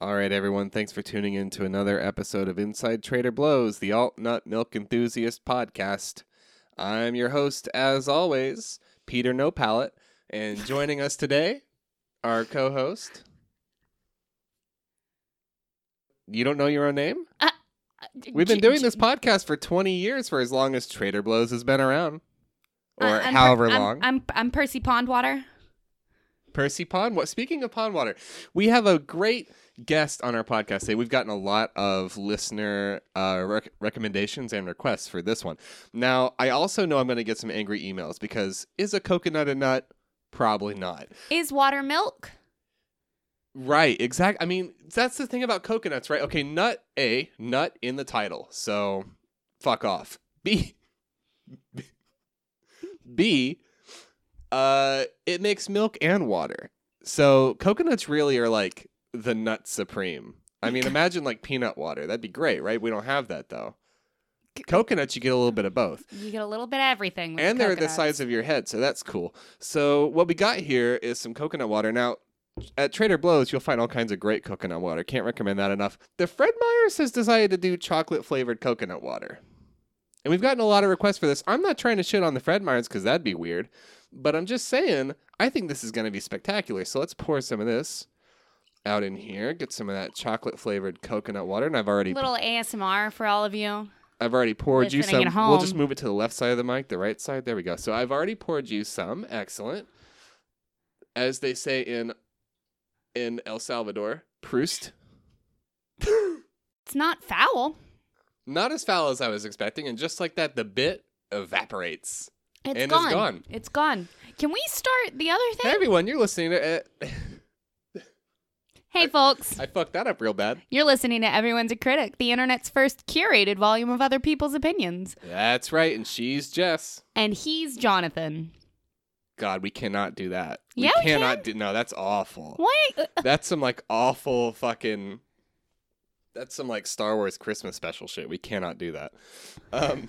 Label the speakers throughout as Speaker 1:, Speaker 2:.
Speaker 1: All right, everyone. Thanks for tuning in to another episode of Inside Trader Blows, the alt nut milk enthusiast podcast. I'm your host, as always, Peter No Palate, and joining us today, our co-host. You don't know your own name? We've been doing this podcast for 20 years, for as long as Trader Blows has been around, or
Speaker 2: I- I'm Per-
Speaker 1: however
Speaker 2: Uh, I'm-
Speaker 1: long.
Speaker 2: I'm, I'm Percy Pondwater.
Speaker 1: Percy Pondwater. Speaking of Pondwater, we have a great guest on our podcast today. We've gotten a lot of listener uh, rec- recommendations and requests for this one. Now, I also know I'm going to get some angry emails because is a coconut a nut? Probably not.
Speaker 2: Is water milk?
Speaker 1: Right, exact. I mean, that's the thing about coconuts, right? Okay, nut A, nut in the title. So fuck off. B B uh it makes milk and water. So coconuts really are like the nut supreme. I mean, imagine like peanut water. That'd be great, right? We don't have that though. Coconuts you get a little bit of both
Speaker 2: You get a little bit of everything. With
Speaker 1: and they're the
Speaker 2: coconuts.
Speaker 1: size of your head, so that's cool. So what we got here is some coconut water. Now, at Trader Blows, you'll find all kinds of great coconut water. Can't recommend that enough. The Fred Meyers has decided to do chocolate flavored coconut water, and we've gotten a lot of requests for this. I'm not trying to shit on the Fred Meyers because that'd be weird, but I'm just saying I think this is going to be spectacular. So let's pour some of this out in here. Get some of that chocolate flavored coconut water, and I've already
Speaker 2: Little ASMR for all of you.
Speaker 1: I've already poured you some.
Speaker 2: Listening at
Speaker 1: We'll just
Speaker 2: home.
Speaker 1: move it to the left side of the mic, the right side. There we go. So I've already poured you some. Excellent. As they say in in El Salvador, Proust.
Speaker 2: It's not foul.
Speaker 1: Not as foul as I was expecting, and just like that, the bit evaporates.
Speaker 2: It's
Speaker 1: And it's
Speaker 2: gone.
Speaker 1: gone.
Speaker 2: It's gone. Can we start the other
Speaker 1: Hey,
Speaker 2: thing?
Speaker 1: everyone, you're listening to. Uh,
Speaker 2: Hey, folks.
Speaker 1: I fucked that up real bad.
Speaker 2: You're listening to Everyone's a Critic, the internet's first curated volume of other people's opinions.
Speaker 1: That's right, and she's Jess.
Speaker 2: And he's Jonathan.
Speaker 1: God, we cannot do that.
Speaker 2: Yeah,
Speaker 1: we
Speaker 2: we can.
Speaker 1: cannot do. No, that's awful.
Speaker 2: What?
Speaker 1: That's some like awful fucking. That's some like Star Wars Christmas special shit. We cannot do that. Um,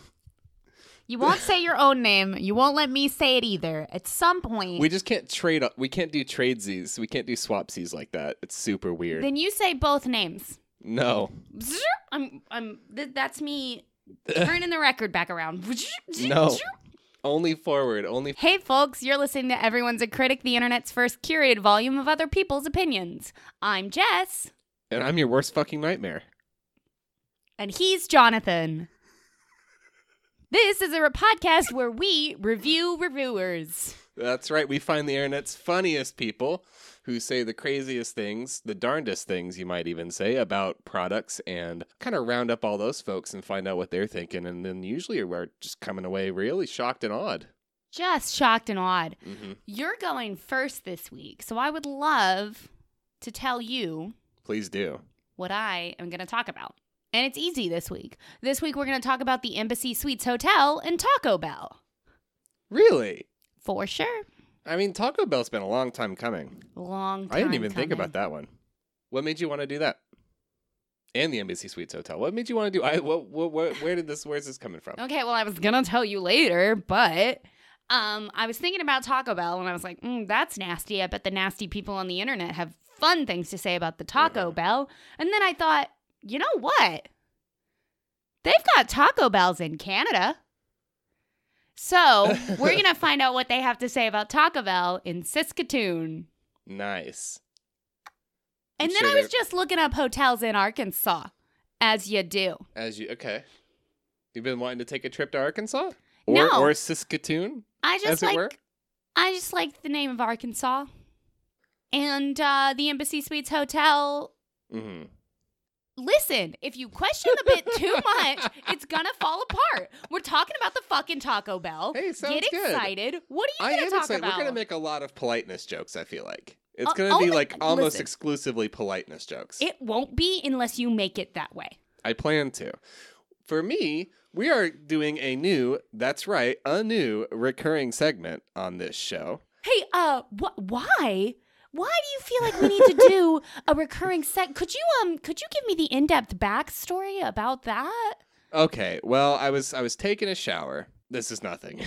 Speaker 2: You won't say your own name. You won't let me say it either. At some point,
Speaker 1: we just can't trade. We can't do tradesies. We can't do swapsies like that. It's super weird.
Speaker 2: then you say both names.
Speaker 1: no,
Speaker 2: Bzzz. I'm I'm th- that's me turning the record back around.
Speaker 1: no. Only forward. Only.
Speaker 2: Hey folks, you're listening to Everyone's a Critic, the internet's first curated volume of other people's opinions. I'm Jess
Speaker 1: And I'm your worst fucking nightmare.
Speaker 2: and he's Jonathan. This is a re- podcast where we review reviewers.
Speaker 1: That's right. We find the internet's funniest people who say the craziest things, the darndest things you might even say about products and kind of round up all those folks and find out what they're thinking. And then usually we're just coming away really shocked and awed.
Speaker 2: Just shocked and awed.
Speaker 1: Mm-hmm.
Speaker 2: You're going first this week, so I would love to tell you
Speaker 1: Please do.
Speaker 2: what I am going to talk about. And it's easy this week. This week, we're going to talk about the Embassy Suites Hotel and Taco Bell.
Speaker 1: Really?
Speaker 2: For sure.
Speaker 1: I mean, Taco Bell's been a long time coming.
Speaker 2: Long time.
Speaker 1: I didn't even think about that one. What made you want to do that? And the Embassy Suites Hotel. What made you want to do? I what, what, what where did this where's this coming from?
Speaker 2: Okay, well, I was going to tell you later, but um, I was thinking about Taco Bell and I was like, mm, that's nasty. I bet the nasty people on the internet have fun things to say about the Taco
Speaker 1: Mhm.
Speaker 2: Bell. And then I thought, you know what? They've got Taco Bells in Canada. So we're going to find out what they have to say about Taco Bell in Saskatoon.
Speaker 1: Nice.
Speaker 2: And
Speaker 1: I'm
Speaker 2: then
Speaker 1: sure
Speaker 2: I was
Speaker 1: they're-
Speaker 2: just looking up hotels in Arkansas, as you do.
Speaker 1: As you okay. You've been wanting to take a trip to Arkansas? Or
Speaker 2: No.
Speaker 1: or Saskatoon,
Speaker 2: I
Speaker 1: as
Speaker 2: just
Speaker 1: it
Speaker 2: like
Speaker 1: were?
Speaker 2: I just like the name of Arkansas, and uh, the Embassy Suites Hotel.
Speaker 1: Mm-hmm.
Speaker 2: Listen, if you question the bit too much, it's gonna fall apart. We're talking about the fucking Taco Bell.
Speaker 1: Hey, sounds
Speaker 2: Get
Speaker 1: good.
Speaker 2: excited! What are
Speaker 1: I
Speaker 2: you gonna
Speaker 1: am
Speaker 2: talk
Speaker 1: excited.
Speaker 2: about?
Speaker 1: We're gonna make a lot of politeness jokes, I feel like. It's
Speaker 2: Uh,
Speaker 1: gonna be
Speaker 2: only-
Speaker 1: like almost
Speaker 2: listen.
Speaker 1: exclusively politeness jokes.
Speaker 2: it won't be unless you make it that way.
Speaker 1: I plan to. For me, we are doing a new, that's right, a new recurring segment on this show.
Speaker 2: Hey, uh, wh- why? Why do you feel like we need to do a recurring set? Could you um, could you give me the in-depth backstory about that?
Speaker 1: Okay, well, I was I was taking a shower. This is nothing.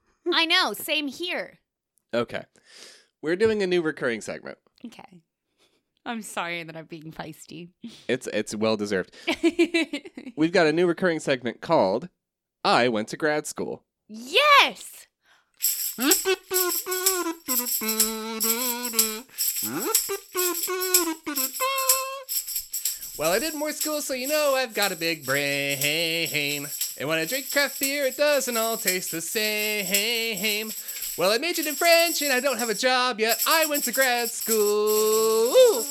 Speaker 2: I know, same here.
Speaker 1: okay. We're doing a new recurring segment.
Speaker 2: Okay, I'm sorry that I'm being feisty.
Speaker 1: It's it's well deserved. We've got a new recurring segment called I went to grad school.
Speaker 2: yes.
Speaker 1: Well, I did more school, so you know I've got a big brain. And when I drink craft beer, it doesn't all taste the same. Well, I majored in French and I don't have a job yet. I went to grad school.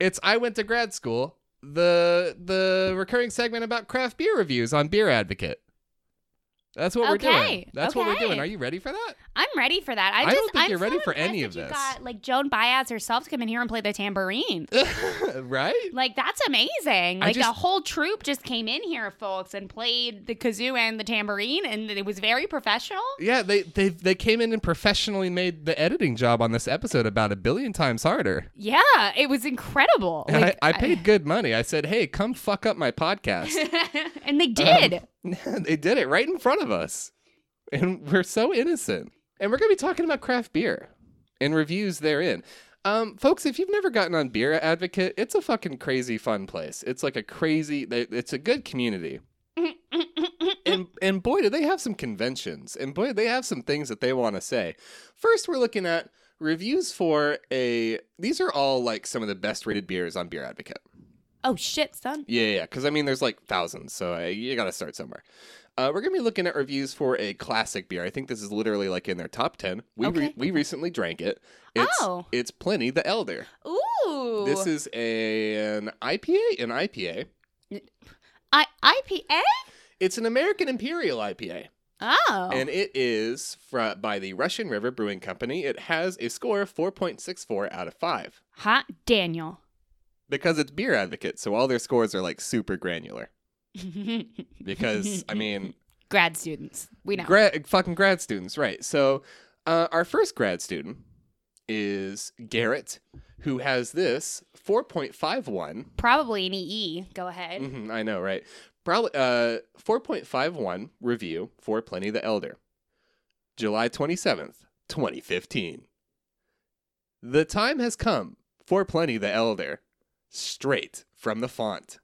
Speaker 1: It's I went to grad school, the the recurring segment about craft beer reviews on Beer Advocate. That's what we're doing.
Speaker 2: Okay,
Speaker 1: That's what we're doing.
Speaker 2: okay.
Speaker 1: Are you ready for that?
Speaker 2: I'm ready for that. I,
Speaker 1: I
Speaker 2: just,
Speaker 1: don't think
Speaker 2: I'm
Speaker 1: you're ready
Speaker 2: so
Speaker 1: for
Speaker 2: impressed
Speaker 1: any of
Speaker 2: that you
Speaker 1: this.
Speaker 2: Got, like Joan Baez herself to come in here and play the tambourine.
Speaker 1: right?
Speaker 2: Like that's amazing.
Speaker 1: I
Speaker 2: Like
Speaker 1: just-
Speaker 2: a whole troupe just came in here, folks, and played the kazoo and the tambourine, and it was very professional.
Speaker 1: Yeah, they they they came in and professionally made the editing job on this episode about a billion times harder.
Speaker 2: Yeah, it was incredible.
Speaker 1: And
Speaker 2: Like,
Speaker 1: I, I paid good money. I said, "Hey, come fuck up my podcast."
Speaker 2: and they did.
Speaker 1: Um, they did it right in front of us, and we're so innocent. And we're gonna be talking about craft beer and reviews therein. Um, folks, if you've never gotten on Beer Advocate, it's a fucking crazy fun place. It's like a crazy. they- It's a good community. and and boy, do they have some conventions, and boy, they have some things that they want to say. First, we're looking at reviews for a. These are all like some of the best rated beers on Beer Advocate.
Speaker 2: oh shit, son.
Speaker 1: Yeah, yeah, because I mean, there's like thousands, so uh, you got to start somewhere. Uh, we're gonna be looking at reviews for a classic beer. I think this is literally like in their top ten. We re-
Speaker 2: Okay.
Speaker 1: we recently drank it. It's,
Speaker 2: Oh.
Speaker 1: it's Pliny the Elder.
Speaker 2: Ooh.
Speaker 1: This is a, an IPA, an IPA.
Speaker 2: I IPA?
Speaker 1: It's an American Imperial IPA.
Speaker 2: Oh.
Speaker 1: And it is fr- by the Russian River Brewing Company. It has a score of 4.64 out of 5
Speaker 2: Hot Daniel.
Speaker 1: because it's Beer Advocate. So all their scores are like super granular. Because, I mean,
Speaker 2: grad students. We know.
Speaker 1: gra- fucking grad students, right? So uh, our first grad student is Garrett, who has this 4.51.
Speaker 2: Probably an EE. Go ahead.
Speaker 1: Mhm, I know, right? Probably uh, 4.51 review for Pliny the Elder, July 27th, 2015. The time has come for Pliny the Elder, straight from the font.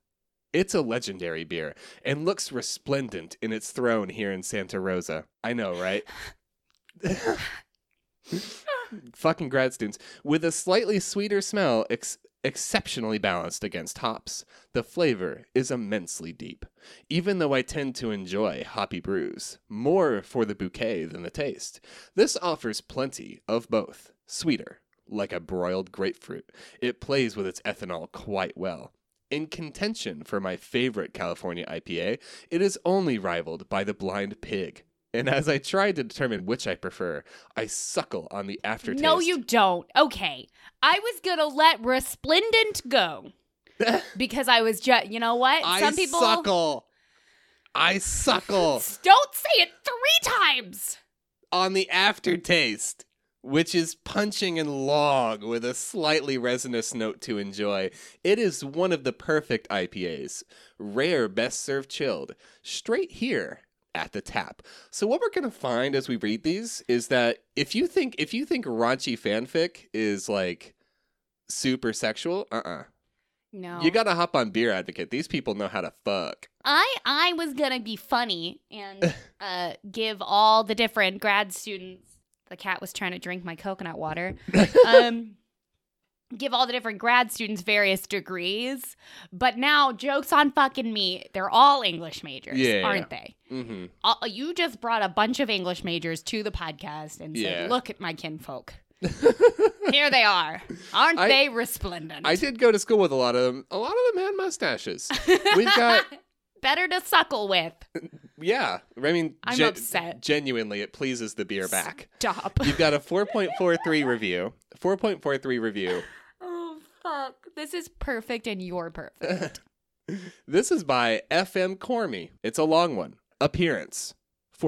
Speaker 1: It's a legendary beer and looks resplendent in its throne here in Santa Rosa. I know, right? Fucking grad students. With a slightly sweeter smell, ex- exceptionally balanced against hops. The flavor is immensely deep, even though I tend to enjoy hoppy brews more for the bouquet than the taste. This offers plenty of both. Sweeter, like a broiled grapefruit, it plays with its ethanol quite well. In contention for my favorite California IPA, it is only rivaled by the Blind Pig. And as I try to determine which I prefer, I suckle on the aftertaste.
Speaker 2: No, you don't. Okay. I was going to let Resplendent go because I was just, you know what?
Speaker 1: I
Speaker 2: Some people
Speaker 1: suckle. I suckle.
Speaker 2: don't say it three times.
Speaker 1: on the aftertaste, which is punching and long with a slightly resinous note to enjoy. It is one of the perfect IPAs, rare best served chilled, straight here at the tap. So what we're going to find as we read these is that if you think if you think raunchy fanfic is like super sexual, uh-uh.
Speaker 2: No.
Speaker 1: You got to hop on Beer Advocate. These people know how to fuck.
Speaker 2: I I was gonna be funny and uh, give all the different grad students. The cat was trying to drink my coconut water. Um, give all the different grad students various degrees, but now jokes on fucking me. They're all English majors,
Speaker 1: Yeah, yeah,
Speaker 2: aren't they?
Speaker 1: Mhm.
Speaker 2: Uh, you just brought a bunch of English majors to the podcast and
Speaker 1: Yeah.
Speaker 2: said, "Look at my kinfolk. Here they are. Aren't
Speaker 1: I-
Speaker 2: they resplendent?"
Speaker 1: I did go to school with a lot of them. A lot of them had mustaches. We've got
Speaker 2: better to suckle with.
Speaker 1: Yeah, I mean,
Speaker 2: I'm upset.
Speaker 1: Genuinely, it pleases the beer back.
Speaker 2: Stop.
Speaker 1: You've got a 4.43 review. 4.43 review.
Speaker 2: Oh fuck! This is perfect, and you're perfect.
Speaker 1: This is by FM Cormy. It's a long one. Appearance.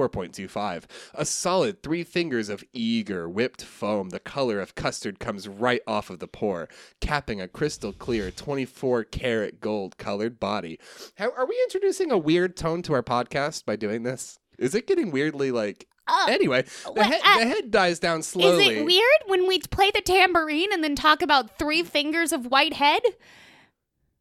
Speaker 1: 4.25. A solid three fingers of eager, whipped foam. The color of custard comes right off of the pour, capping a crystal clear 24 karat gold colored body. How, are we introducing a weird tone to our podcast by doing this? Is it getting weirdly like
Speaker 2: up.
Speaker 1: Anyway, the,
Speaker 2: What,
Speaker 1: head,
Speaker 2: uh,
Speaker 1: the head dies down slowly.
Speaker 2: Oh, Is it weird when we play the tambourine and then talk about three fingers of white head?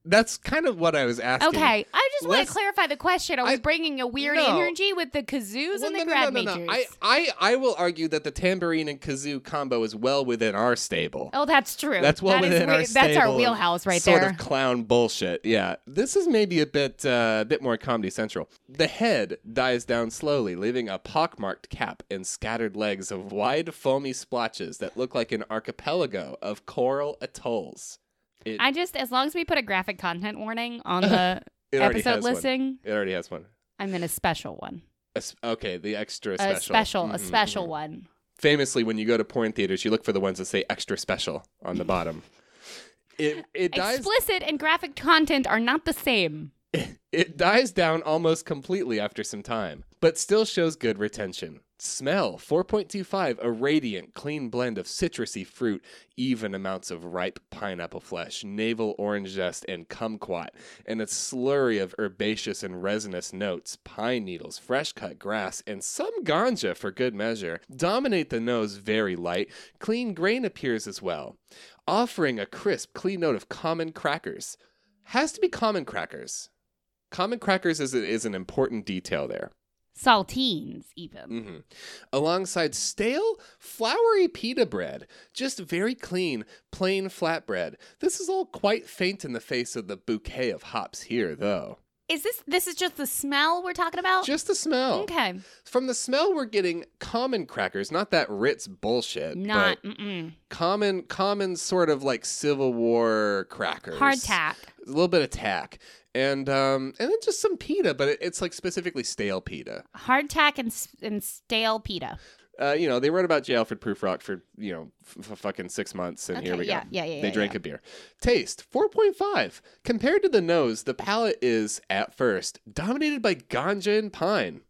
Speaker 1: That's kind of what I was asking.
Speaker 2: Okay, I just want
Speaker 1: Let's-
Speaker 2: to clarify the question. Are
Speaker 1: I-
Speaker 2: we bringing a weird
Speaker 1: No.
Speaker 2: energy with the kazoos
Speaker 1: Well,
Speaker 2: and
Speaker 1: no,
Speaker 2: the
Speaker 1: no,
Speaker 2: grad
Speaker 1: no, no, no.
Speaker 2: majors?
Speaker 1: I, I, I will argue that the tambourine and kazoo combo is well within our stable.
Speaker 2: Oh, that's true.
Speaker 1: That's well
Speaker 2: That is
Speaker 1: within our
Speaker 2: weird. That's
Speaker 1: stable
Speaker 2: our
Speaker 1: of
Speaker 2: wheelhouse right
Speaker 1: sort
Speaker 2: there.
Speaker 1: of clown bullshit. Yeah, this is maybe a bit uh, a bit more Comedy Central. The head dies down slowly, leaving a pockmarked cap and scattered legs of wide foamy splotches that look like an archipelago of coral atolls. It,
Speaker 2: I just, as long as we put a graphic content warning on the
Speaker 1: it already
Speaker 2: episode
Speaker 1: has one.
Speaker 2: listing,
Speaker 1: It already has one.
Speaker 2: I'm in a special one.
Speaker 1: A s- okay, the extra
Speaker 2: A
Speaker 1: special.
Speaker 2: special, a
Speaker 1: Mhm,
Speaker 2: special
Speaker 1: mhm.
Speaker 2: one.
Speaker 1: Famously, when you go to porn theaters, you look for the ones that say extra special on the bottom. It, it dies
Speaker 2: Explicit and graphic content are not the same.
Speaker 1: It dies down almost completely after some time, but still shows good retention. Smell 4.25, a radiant, clean blend of citrusy fruit, even amounts of ripe pineapple flesh, navel orange zest, and kumquat, and a slurry of herbaceous and resinous notes, pine needles, fresh cut grass, and some ganja for good measure. Dominate the nose very light. Clean grain appears as well, offering a crisp, clean note of common crackers. Has to be common crackers. Common crackers is, is an important detail there.
Speaker 2: Saltines, even.
Speaker 1: hmm Alongside stale, floury pita bread, just very clean, plain flatbread. This is all quite faint in the face of the bouquet of hops here, though.
Speaker 2: Is this, this is just the smell we're talking about?
Speaker 1: Just the smell.
Speaker 2: Oh. Okay.
Speaker 1: From the smell, we're getting common crackers, not that Ritz bullshit.
Speaker 2: Not,
Speaker 1: but
Speaker 2: mm-mm.
Speaker 1: common, common sort of like Civil War crackers.
Speaker 2: Hardtack.
Speaker 1: A little bit of tack, and um, and then just some pita, but it, it's like specifically stale pita.
Speaker 2: Hardtack and, s- and stale pita.
Speaker 1: uh, you know, they wrote about J. Alfred Prufrock for, you know, f- f- fucking six months, and here
Speaker 2: Okay,
Speaker 1: we
Speaker 2: yeah,
Speaker 1: go.
Speaker 2: yeah, yeah,
Speaker 1: They
Speaker 2: yeah,
Speaker 1: drank
Speaker 2: yeah.
Speaker 1: a beer. Taste 4.5. Compared to the nose, the palate is, at first, dominated by ganja and pine,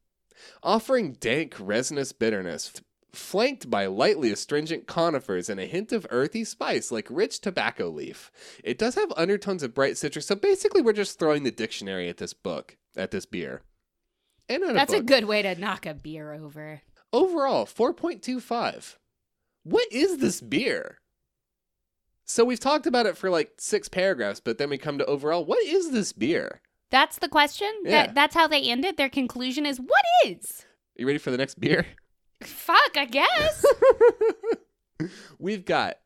Speaker 1: offering dank, resinous bitterness, f- flanked by lightly astringent conifers and a hint of earthy spice like rich tobacco leaf. It does have undertones of bright citrus, so basically, we're just throwing the dictionary at this book, at this beer. And at
Speaker 2: That's
Speaker 1: a
Speaker 2: a
Speaker 1: book.
Speaker 2: good way to knock a beer over.
Speaker 1: Overall, 4.25. What is this beer? So we've talked about it for like six paragraphs, but then we come to overall. What is this beer?
Speaker 2: That's the question?
Speaker 1: Yeah.
Speaker 2: That, that's how they end it? Their conclusion is, what is?
Speaker 1: You ready for the next beer?
Speaker 2: Fuck, I guess.
Speaker 1: we've got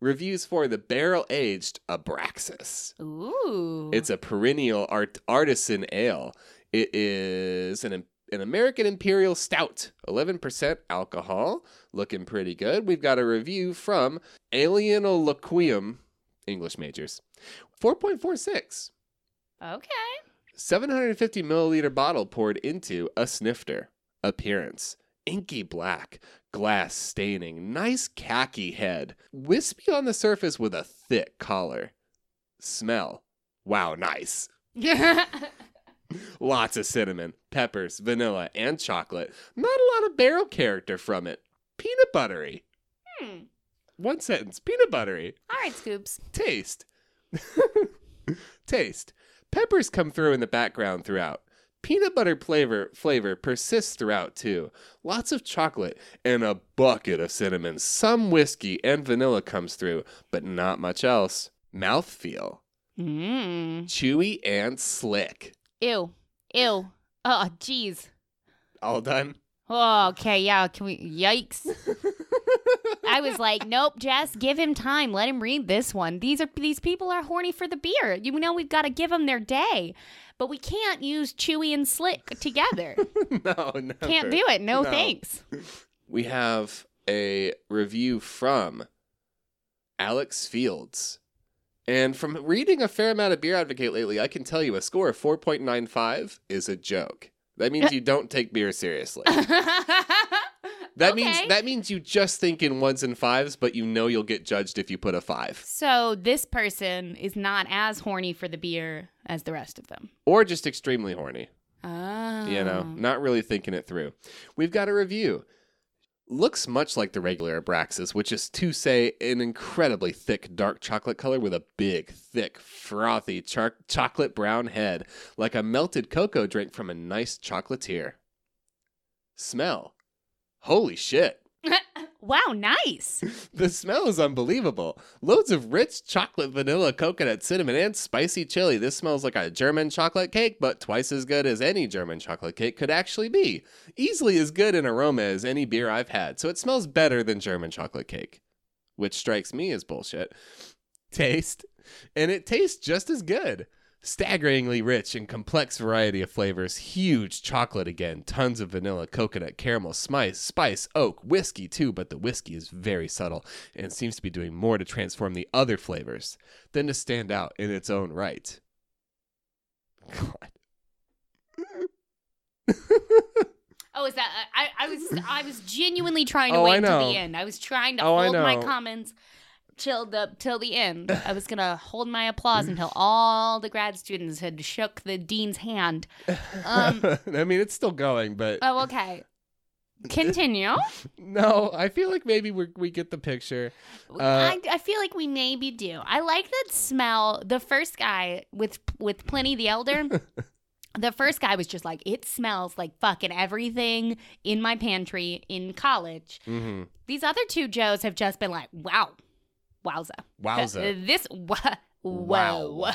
Speaker 1: reviews for the barrel aged Abraxas.
Speaker 2: Ooh.
Speaker 1: It's a perennial art- artisan ale. It is an an American Imperial Stout, 11% alcohol, looking pretty good. We've got a review from Alienoliquium, English majors, 4.46,
Speaker 2: okay.
Speaker 1: 750 milliliter bottle poured into a snifter. Appearance inky black, glass staining, nice khaki head, wispy on the surface with a thick collar. Smell. Wow, nice
Speaker 2: Hmm.
Speaker 1: lots of cinnamon, peppers, vanilla, and chocolate. Not a lot of barrel character from it. Peanut buttery.
Speaker 2: Hmm.
Speaker 1: One sentence peanut buttery.
Speaker 2: All right, Scoops.
Speaker 1: Taste. Taste. Peppers come through in the background throughout. Peanut butter flavor flavor persists throughout too. Lots of chocolate and a bucket of cinnamon. Some whiskey and vanilla comes through, but not much else. Mouthfeel.
Speaker 2: Mm.
Speaker 1: Chewy and slick.
Speaker 2: Ew. Ew. Oh, jeez.
Speaker 1: All done.
Speaker 2: Oh, okay. Yeah. Can we? Yikes. I was like, nope, Jess, give him time. Let him read this one. These are these people are horny for the beer. You know we've got to give them their day. But we can't use chewy and slick together.
Speaker 1: no, never.
Speaker 2: Can't do it. No,
Speaker 1: No.
Speaker 2: thanks.
Speaker 1: we have a review from Alex Fields. And from reading a fair amount of Beer Advocate lately, I can tell you a score of 4.95 is a joke. That means you don't take beer seriously. That means
Speaker 2: Okay.
Speaker 1: that means you just think in ones and fives, but you know you'll get judged if you put a five.
Speaker 2: So this person is not as horny for the beer as the rest of them.
Speaker 1: Or just extremely horny.
Speaker 2: Oh.
Speaker 1: you know, not really thinking it through. We've got a review. Looks much like the regular Abraxas, which is to say, an incredibly thick dark chocolate color with a big, thick, frothy char- chocolate brown head, like a melted cocoa drink from a nice chocolatier. Smell Holy shit.
Speaker 2: Wow, nice.
Speaker 1: The smell is unbelievable. Loads of rich chocolate, vanilla, coconut, cinnamon, and spicy chili. This smells like a German chocolate cake, but twice as good as any German chocolate cake could actually be. Easily as good in aroma as any beer I've had, so it smells better than German chocolate cake, which strikes me as bullshit. Taste, and it tastes just as good. Staggeringly rich and complex variety of flavors. Huge chocolate again. Tons of vanilla, coconut, caramel, spice, spice, oak, whiskey too, but the whiskey is very subtle and seems to be doing more to transform the other flavors than to stand out in its own right. God.
Speaker 2: Oh, is that I, I was I was genuinely trying to
Speaker 1: Oh, I
Speaker 2: wait to
Speaker 1: know.
Speaker 2: the end. I was trying to
Speaker 1: Oh, I
Speaker 2: hold my
Speaker 1: know.
Speaker 2: comments till the till the end. I was gonna hold my applause until all the grad students had shook the dean's hand. Um,
Speaker 1: I mean, it's still going, but
Speaker 2: oh, okay. Continue.
Speaker 1: Uh, no, I feel like maybe we we get the picture. Uh,
Speaker 2: I, I feel like we maybe do. I like that smell. The first guy with with Pliny the Elder, the first guy was just like, it smells like fucking everything in my pantry in college.
Speaker 1: Mm-hmm.
Speaker 2: These other two Joes have just been like, wow, wowza,
Speaker 1: Wowza.
Speaker 2: this wha- whoa.
Speaker 1: Wow.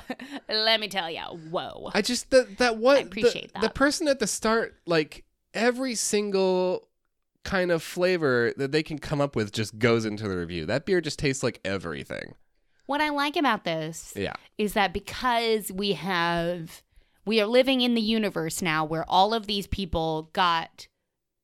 Speaker 2: Let me tell you, whoa.
Speaker 1: I just that that one
Speaker 2: I appreciate
Speaker 1: the, the
Speaker 2: that.
Speaker 1: person at the start, like every single kind of flavor that they can come up with just goes into the review. That beer just tastes like everything.
Speaker 2: What I like about this
Speaker 1: Yeah.
Speaker 2: is that because we have we are living in the universe now where all of these people got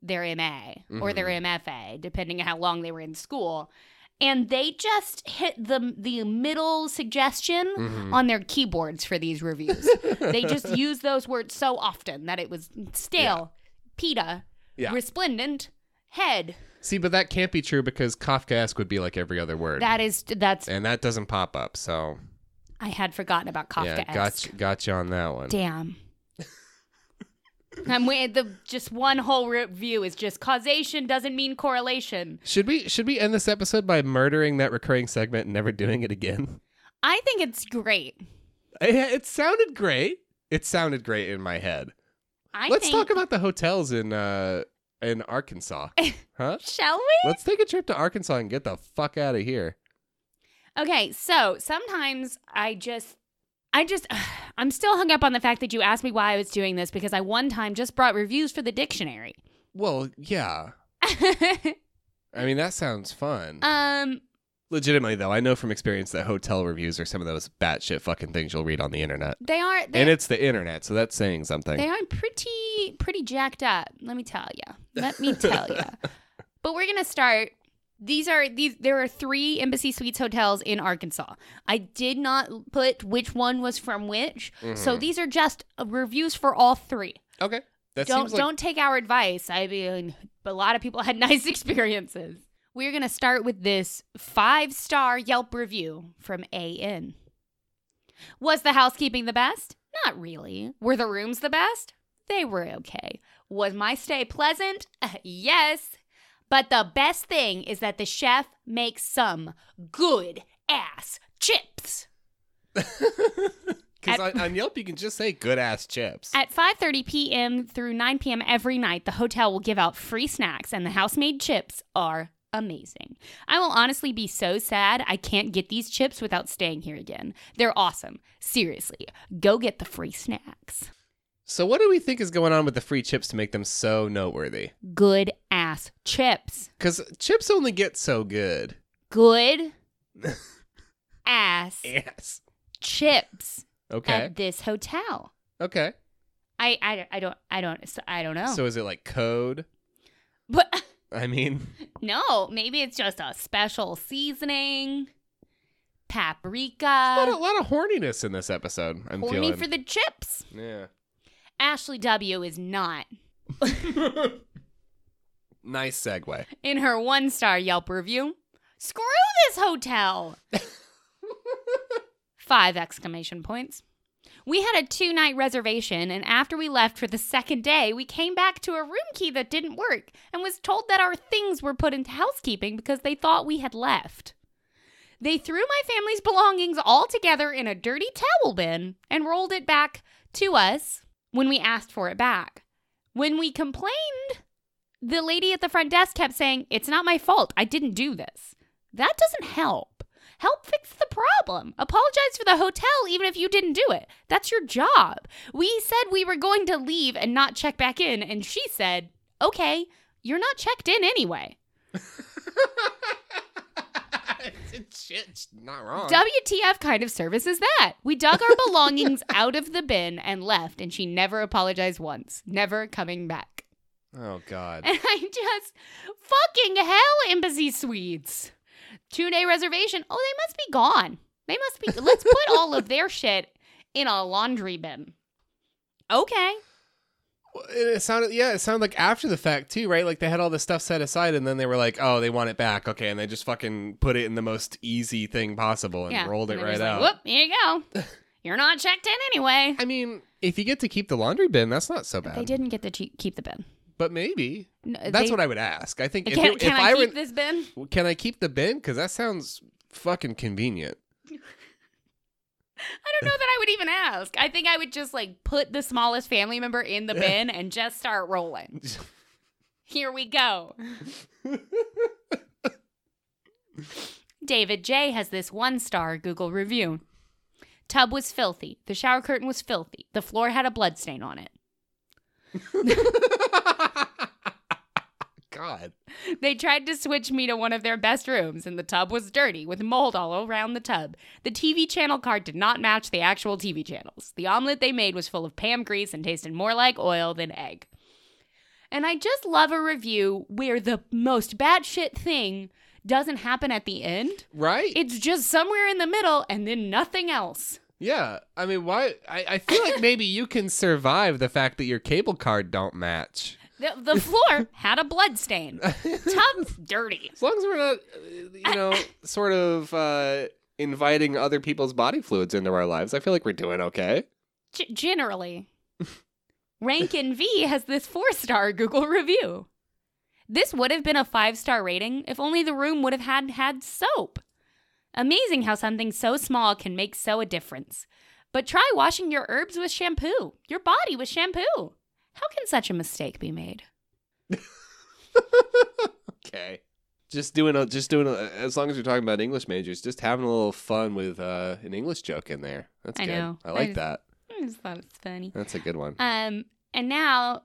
Speaker 2: their MA or their
Speaker 1: Mm-hmm.
Speaker 2: MFA depending on how long they were in school and they just hit the the middle suggestion
Speaker 1: Mm-hmm.
Speaker 2: on their keyboards for these reviews. they just use those words so often that it was stale, pita,
Speaker 1: Yeah.
Speaker 2: resplendent, head.
Speaker 1: See, but that can't be true because Kafkaesque would be like every other word.
Speaker 2: That is that's
Speaker 1: and that doesn't pop up. So
Speaker 2: I had forgotten about Kafka.
Speaker 1: yeah, got you, got you on that one.
Speaker 2: Damn. I'm waiting. The just one whole review is just causation doesn't mean correlation.
Speaker 1: Should we should we end this episode by murdering that recurring segment and never doing it again?
Speaker 2: I think it's great.
Speaker 1: It, it sounded great. It sounded great in my head.
Speaker 2: I
Speaker 1: Let's
Speaker 2: think,
Speaker 1: talk about the hotels in uh in Arkansas. huh?
Speaker 2: Shall we?
Speaker 1: Let's take a trip to Arkansas and get the fuck out of here.
Speaker 2: Okay. So sometimes I just, I just, I'm still hung up on the fact that you asked me why I was doing this because I one time just brought reviews for the dictionary.
Speaker 1: Well, yeah. I mean, that sounds fun.
Speaker 2: um.
Speaker 1: Legitimately, though, I know from experience that hotel reviews are some of those batshit fucking things you'll read on the internet.
Speaker 2: They are. They,
Speaker 1: And it's the internet, so that's saying
Speaker 2: They
Speaker 1: something.
Speaker 2: are pretty pretty jacked up. Let me tell you. Let me tell you. But we're gonna start. These are these. There are three Embassy Suites hotels in Arkansas. I did not put which one was from which, so these are just uh, reviews for all three.
Speaker 1: Okay. That
Speaker 2: don't
Speaker 1: seems like
Speaker 2: don't take our advice. I mean, a lot of people had nice experiences. We're gonna start with this five star Yelp review from AN. Was the housekeeping the best? Not really. Were the rooms the best? They were okay. Was my stay pleasant? yes. But the best thing is that the chef makes some good ass chips.
Speaker 1: because on, on Yelp you can just say good ass chips.
Speaker 2: At 5:30 p.m. through 9 p.m. every night, the hotel will give out free snacks and the house-made chips are amazing. I will honestly be so sad I can't get these chips without staying here again. They're awesome. Seriously, go get the free snacks.
Speaker 1: so what do we think is going on with the free chips to make them so noteworthy?
Speaker 2: Good ass chips.
Speaker 1: Because chips only get so good.
Speaker 2: Good ass
Speaker 1: Yes.
Speaker 2: chips
Speaker 1: Okay.
Speaker 2: at this hotel.
Speaker 1: okay.
Speaker 2: I, I, I don't I don't I don't know.
Speaker 1: So is it like code?
Speaker 2: but
Speaker 1: I mean,
Speaker 2: No, maybe it's just a special seasoning,
Speaker 1: a, lot of,
Speaker 2: paprika,
Speaker 1: lot of horniness in this episode. I'm
Speaker 2: Uh, horny
Speaker 1: feeling.
Speaker 2: for the chips.
Speaker 1: yeah.
Speaker 2: Ashley W is not
Speaker 1: nice segue.
Speaker 2: in her one star Yelp review. Screw this hotel! Five exclamation points. We had a two night reservation, and after we left for the second day, we came back to a room key that didn't work and was told that our things were put into housekeeping because they thought we had left. They threw my family's belongings all together in a dirty towel bin and rolled it back to us when we asked for it back. When we complained, the lady at the front desk kept saying, It's not my fault. I didn't do this. That doesn't help. Help fix the problem. Apologize for the hotel, even if you didn't do it. That's your job. We said we were going to leave and not check back in, and she said, Okay, you're not checked in anyway.
Speaker 1: Shit's not wrong.
Speaker 2: WTF kind of service is that? We dug our belongings out of the bin and left, and she never apologized once, never coming back.
Speaker 1: oh God.
Speaker 2: And I just fucking hell, embassy suites. Two day reservation. Oh, they must be gone. They must be. Let's put all of their shit in a laundry bin. Okay.
Speaker 1: Well, It it sounded yeah, it sounded like after the fact too, right? Like they had all this stuff set aside, and then they were like, "Oh, they want it back, okay," and they just fucking put it in the most easy thing possible and rolled
Speaker 2: And
Speaker 1: it
Speaker 2: they're
Speaker 1: right
Speaker 2: just like,
Speaker 1: out.
Speaker 2: Whoop, here you go. You're not checked in anyway.
Speaker 1: I mean, if you get to keep the laundry bin, that's not so bad.
Speaker 2: They didn't get to che- keep the bin.
Speaker 1: But maybe
Speaker 2: No,
Speaker 1: that's
Speaker 2: they-
Speaker 1: what I would ask. I think if,
Speaker 2: Can,
Speaker 1: it-
Speaker 2: can
Speaker 1: if
Speaker 2: I,
Speaker 1: I,
Speaker 2: keep
Speaker 1: were,
Speaker 2: this bin?
Speaker 1: Well, can I keep the bin? Because that sounds fucking convenient.
Speaker 2: I don't know that I would even ask. I think I would just like put the smallest family member in the bin and just start rolling. Here we go. David J has this one star Google review. Tub was filthy. The shower curtain was filthy. The floor had a blood stain on it.
Speaker 1: God.
Speaker 2: They tried to switch me to one of their best rooms, and the tub was dirty with mold all around the tub. The TV channel card did not match the actual TV channels. The omelet they made was full of Pam grease and tasted more like oil than egg. And I just love a review where the most batshit thing doesn't happen at the end.
Speaker 1: Right?
Speaker 2: It's just somewhere in the middle and then nothing else.
Speaker 1: yeah. I mean, why? I, I feel like maybe you can survive the fact that your cable card don't match.
Speaker 2: The, the floor had a blood stain. Tub's dirty.
Speaker 1: As long as we're not, uh, you know, sort of uh, inviting other people's body fluids into our lives, I feel like we're doing okay.
Speaker 2: G- generally. Rankin V has this four star Google review. This would have been a five star rating if only the room would have had had soap. Amazing how something so small can make so a difference. But try washing your herbs with shampoo, your body with shampoo. How can such a mistake be made?
Speaker 1: Okay. Just doing a, just doing a, as long as we're talking about English majors, just having a little fun with uh, an English joke in there. That's
Speaker 2: I
Speaker 1: good.
Speaker 2: know.
Speaker 1: I
Speaker 2: I
Speaker 1: like
Speaker 2: just-
Speaker 1: that.
Speaker 2: I just thought Hmm, it's funny.
Speaker 1: That's a good one.
Speaker 2: Um, and now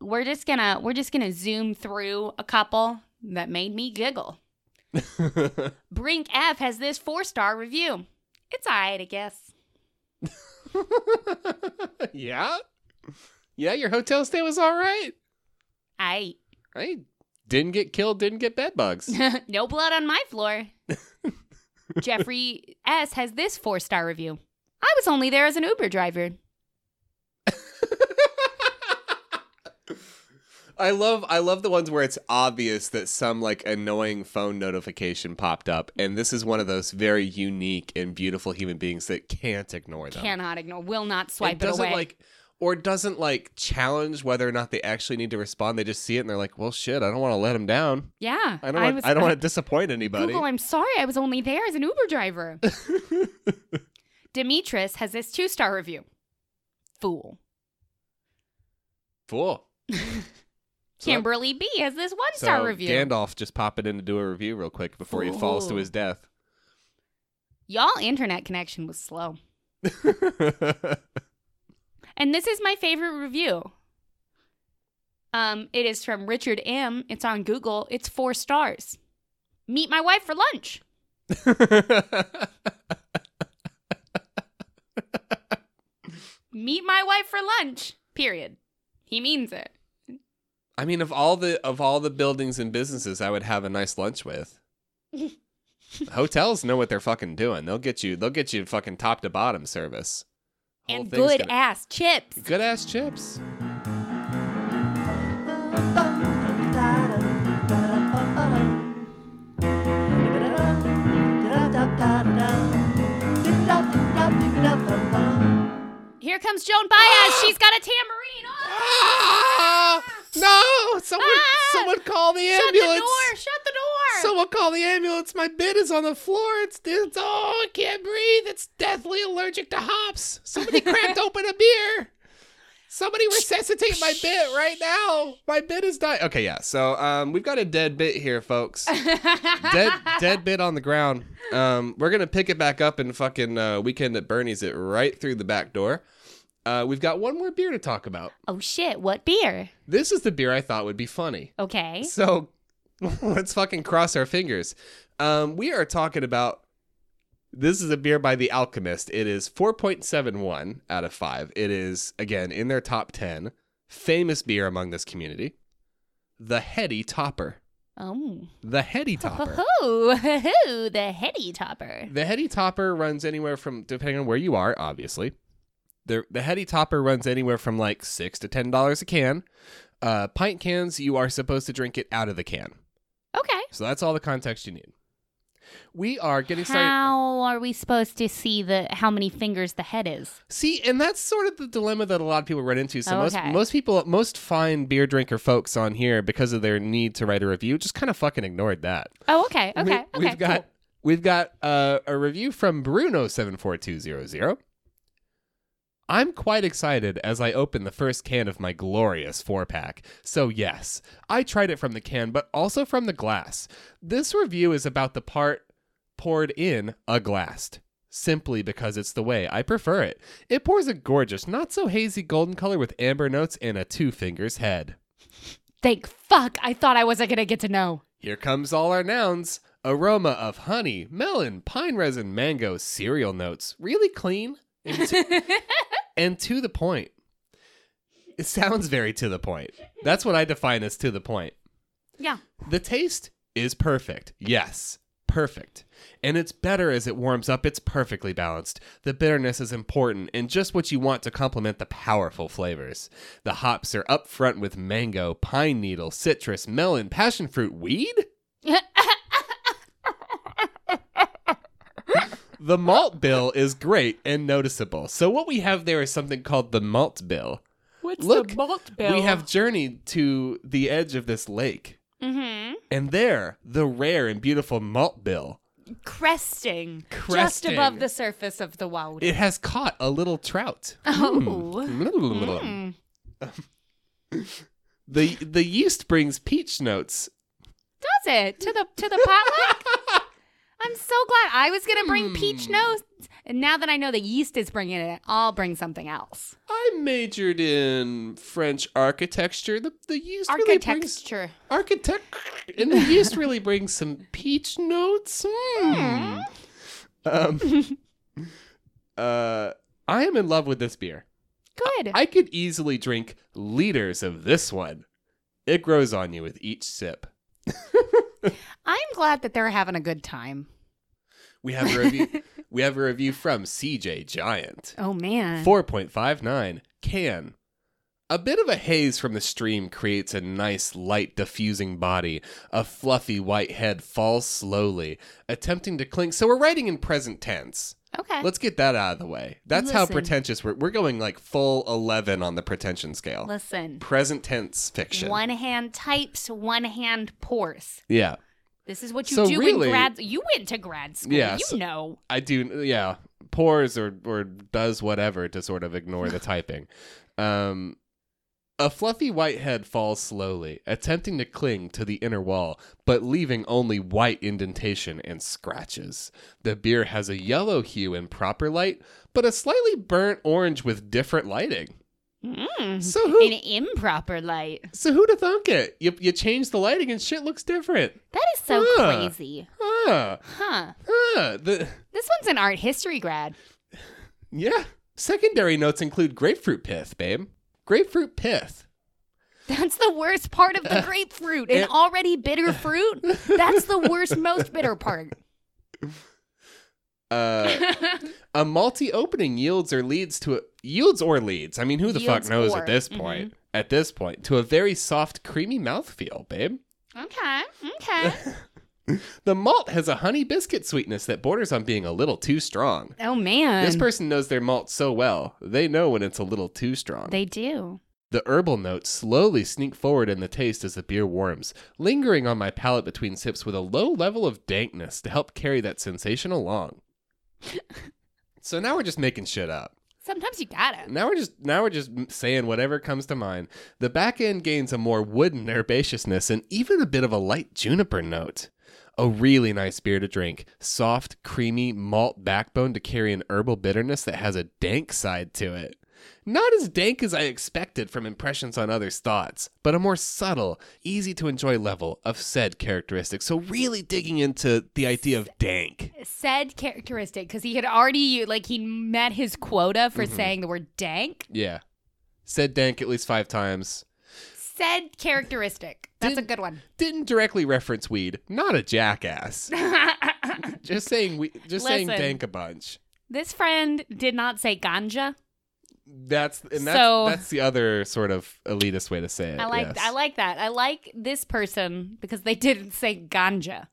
Speaker 2: we're just gonna we're just gonna zoom through a couple that made me giggle. Brink F has this four star review. It's alright, I guess.
Speaker 1: yeah? Yeah, your hotel stay was all right.
Speaker 2: I
Speaker 1: I didn't get killed, didn't get bed bugs.
Speaker 2: no blood on my floor. Jeffrey S has this four star review. I was only there as an Uber driver.
Speaker 1: I love I love the ones where it's obvious that some like annoying phone notification popped up and this is one of those very unique and beautiful human beings that can't ignore them.
Speaker 2: Cannot ignore. Will not
Speaker 1: it
Speaker 2: swipe it,
Speaker 1: doesn't
Speaker 2: away.
Speaker 1: like or doesn't like challenge whether or not they actually need to respond. They just see it and they're like, "Well, shit, I don't want to let them down.
Speaker 2: yeah,
Speaker 1: I don't want, I,
Speaker 2: was-
Speaker 1: don't want to disappoint anybody."
Speaker 2: Google, I'm sorry, I was only there as an Uber driver. Demetris has this two star review. Fool.
Speaker 1: Cool. So that-
Speaker 2: Kimberly B has this one star
Speaker 1: so
Speaker 2: review.
Speaker 1: Gandalf just popping in to do a review real quick before he falls to
Speaker 2: Ooh.
Speaker 1: his death.
Speaker 2: Y'all internet connection was slow.
Speaker 1: oh
Speaker 2: And this is my favorite review. Um, it is from Richard M. It's on Google. It's four stars. Meet my wife for lunch. Meet my wife for lunch. Period. He means it.
Speaker 1: I mean, of all the of all the buildings and businesses, I would have a nice lunch with. Hotels know what they're fucking doing. They'll get you. They'll get you fucking top to bottom service. Whole
Speaker 2: and
Speaker 1: thing's
Speaker 2: good
Speaker 1: gonna-
Speaker 2: ass chips.
Speaker 1: good ass chips.
Speaker 2: Here comes Joan Baez. She's got a tambourine. Oh,
Speaker 1: Ah! No! Someone,
Speaker 2: Ah!
Speaker 1: someone call the
Speaker 2: shut the
Speaker 1: ambulance!
Speaker 2: door. Shut the door.
Speaker 1: Someone call the ambulance. My bed is on the floor. It's, it's oh, I can't breathe. It's deathly allergic to hops. Somebody cracked open a beer. Somebody resuscitate my bit right now. My bit is dying. Okay, yeah. So um, we've got a dead bit here, folks. dead, dead bit on the ground. Um, we're gonna pick it back up and fucking uh, weekend at Bernie's it right through the back door. Uh, we've got one more beer to talk about.
Speaker 2: Oh shit, what beer?
Speaker 1: This is the beer I thought would be funny.
Speaker 2: Okay.
Speaker 1: So let's fucking cross our fingers. Um, we are talking about this is a beer by The Alchemist. It is 4.71 out of 5. It is, again, in their top 10. Famous beer among this community. The Heady Topper.
Speaker 2: Oh.
Speaker 1: The Heady Topper.
Speaker 2: Ho ho the heady topper.
Speaker 1: the Heady Topper runs anywhere from, depending on where you are, obviously. The, the Heady Topper runs anywhere from like 6 to $10 a can. Uh, pint cans, you are supposed to drink it out of the can.
Speaker 2: Okay.
Speaker 1: So that's all the context you need. We are getting started.
Speaker 2: How are we supposed to see the how many fingers the head is?
Speaker 1: See, and that's sort of the dilemma that a lot of people run into. So
Speaker 2: Okay.
Speaker 1: most most people, most fine beer drinker folks on here, because of their need to write a review, just kind of fucking ignored that.
Speaker 2: Oh, okay. Okay.
Speaker 1: We-
Speaker 2: okay.
Speaker 1: We've got
Speaker 2: cool.
Speaker 1: we've got uh, a review from Bruno seven four two zero zero. I'm quite excited as I open the first can of my glorious four pack. So, yes, I tried it from the can, but also from the glass. This review is about the part poured in a glassed, simply because it's the way I prefer it. It pours a gorgeous, not so hazy golden color with amber notes and a two fingers head.
Speaker 2: Thank fuck. I thought I wasn't going to get to know.
Speaker 1: Here comes all our nouns. Aroma of honey, melon, pine resin, mango, cereal notes. Really clean and to, and to the point. It sounds very to the point. That's what I define as to the point.
Speaker 2: Yeah.
Speaker 1: The taste is perfect. Yes, perfect. And it's better as it warms up. It's perfectly balanced. The bitterness is important and just what you want to complement the powerful flavors. The hops are up front with mango, pine needle, citrus, melon, passion fruit, weed? The malt bill is great and noticeable. So what we have there is something called the malt bill.
Speaker 2: What's
Speaker 1: Look,
Speaker 2: malt
Speaker 1: We have journeyed to the edge of this lake.
Speaker 2: mm-hmm.
Speaker 1: And there, the rare and beautiful malt bill.
Speaker 2: cresting, just
Speaker 1: Cresting.
Speaker 2: above the surface of the wild.
Speaker 1: It Hmm. has caught a little trout.
Speaker 2: oh.
Speaker 1: the the yeast brings peach notes.
Speaker 2: Does it to the to the potluck? I'm so glad I was gonna bring
Speaker 1: Hmm.
Speaker 2: peach notes, and now that I know the yeast is bringing it, I'll bring something else.
Speaker 1: I majored in French architecture. The the yeast really brings
Speaker 2: Architecture.
Speaker 1: architect and the yeast really brings some peach notes. Hmm. Um, uh, I am in love with this beer.
Speaker 2: Good.
Speaker 1: I could easily drink liters of this one. It grows on you with each sip.
Speaker 2: I'm glad that they're having a good time.
Speaker 1: We have a review. we have a review from CJ Giant.
Speaker 2: Oh man.
Speaker 1: 4.59 can a bit of a haze from the stream creates a nice light diffusing body a fluffy white head falls slowly attempting to cling so we're writing in present tense
Speaker 2: okay.
Speaker 1: let's get that out of the way that's how
Speaker 2: Uh, Listen.
Speaker 1: pretentious we're, we're going like full 11 on the pretension scale
Speaker 2: Listen.
Speaker 1: present tense fiction
Speaker 2: One hand types, one hand pours.
Speaker 1: yeah
Speaker 2: This is what you
Speaker 1: So
Speaker 2: do
Speaker 1: really-
Speaker 2: in grad. You went to grad school.
Speaker 1: Yeah,
Speaker 2: you
Speaker 1: so-
Speaker 2: know.
Speaker 1: I do, yeah, pours or or does whatever to sort of ignore the typing. Um, a fluffy white head falls slowly, attempting to cling to the inner wall, but leaving only white indentation and scratches. The beer has a yellow hue in proper light, but a slightly burnt orange with different lighting.
Speaker 2: Mm.
Speaker 1: So who?
Speaker 2: In improper light.
Speaker 1: So who to thunk it? You you change the lighting and shit looks different.
Speaker 2: That is so
Speaker 1: Huh.
Speaker 2: crazy.
Speaker 1: Huh?
Speaker 2: Huh.
Speaker 1: Huh? The
Speaker 2: This one's an art history grad.
Speaker 1: Yeah. Secondary notes include grapefruit pith, babe. Grapefruit pith.
Speaker 2: That's the worst part of the grapefruit. An already bitter fruit? That's the worst, most bitter part.
Speaker 1: Uh, a malty opening yields or leads to a yields or leads. I mean, who the fuck
Speaker 2: Yields
Speaker 1: knows
Speaker 2: or. Mm-hmm.
Speaker 1: at this point? At this point, to a very soft, creamy mouthfeel, babe.
Speaker 2: okay. Okay.
Speaker 1: The malt has a honey biscuit sweetness that borders on being a little too strong.
Speaker 2: Oh, man.
Speaker 1: This person knows their malt so well; they know when it's a little too strong.
Speaker 2: they do.
Speaker 1: The herbal notes slowly sneak forward in the taste as the beer warms, lingering on my palate between sips with a low level of dankness to help carry that sensation along. so now we're just making shit up.
Speaker 2: Sometimes you gotta.
Speaker 1: Now we're just now we're just m- saying whatever comes to mind. The back end gains a more wooden herbaceousness and even a bit of a light juniper note. A really nice beer to drink. Soft, creamy malt backbone to carry an herbal bitterness that has a dank side to it. Not as dank as I expected from impressions on others' thoughts, but a more subtle, easy to enjoy level of said characteristic. So really digging into the idea of dank.
Speaker 2: Said characteristic because he had already like he met his quota for
Speaker 1: Mm-hmm.
Speaker 2: saying the word dank.
Speaker 1: Yeah. Said dank at least five times.
Speaker 2: Said characteristic. That's a
Speaker 1: Did-
Speaker 2: good one.
Speaker 1: didn't directly reference weed. Not a jackass. Just saying we just saying
Speaker 2: Listen.
Speaker 1: dank a bunch.
Speaker 2: this friend did not say ganja.
Speaker 1: That's and that's
Speaker 2: So-
Speaker 1: that's the other sort of elitist way to say it.
Speaker 2: I like
Speaker 1: yes.
Speaker 2: I like that. I like this person because they didn't say ganja.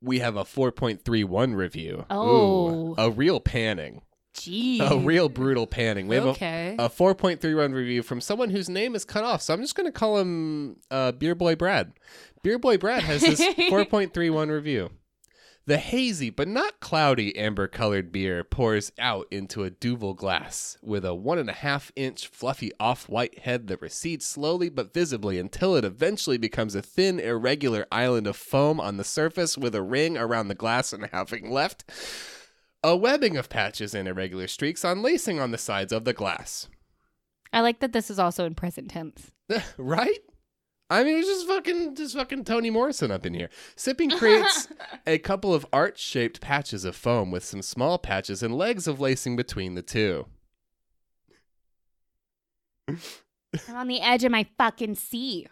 Speaker 1: We have a 4.31 review. Ooh,
Speaker 2: Oh.
Speaker 1: a real panning.
Speaker 2: Jeez.
Speaker 1: A real brutal panning. We have a
Speaker 2: okay.
Speaker 1: a 4.31 review from someone whose name is cut off. So I'm just going to call him uh, Beer Boy Brad. Beer Boy Brad has this 4.31 review. The hazy but not cloudy amber colored beer pours out into a duval glass with a one and a half inch fluffy off white head that recedes slowly but visibly until it eventually becomes a thin, irregular island of foam on the surface with a ring around the glass and having left a webbing of patches and irregular streaks on lacing on the sides of the glass.
Speaker 2: I like that this is also in present tense.
Speaker 1: right? I mean, it was just fucking, just fucking Toni Morrison up in here. Sipping creates a couple of arch-shaped patches of foam with some small patches and legs of lacing between the two.
Speaker 2: I'm on the edge of my fucking seat.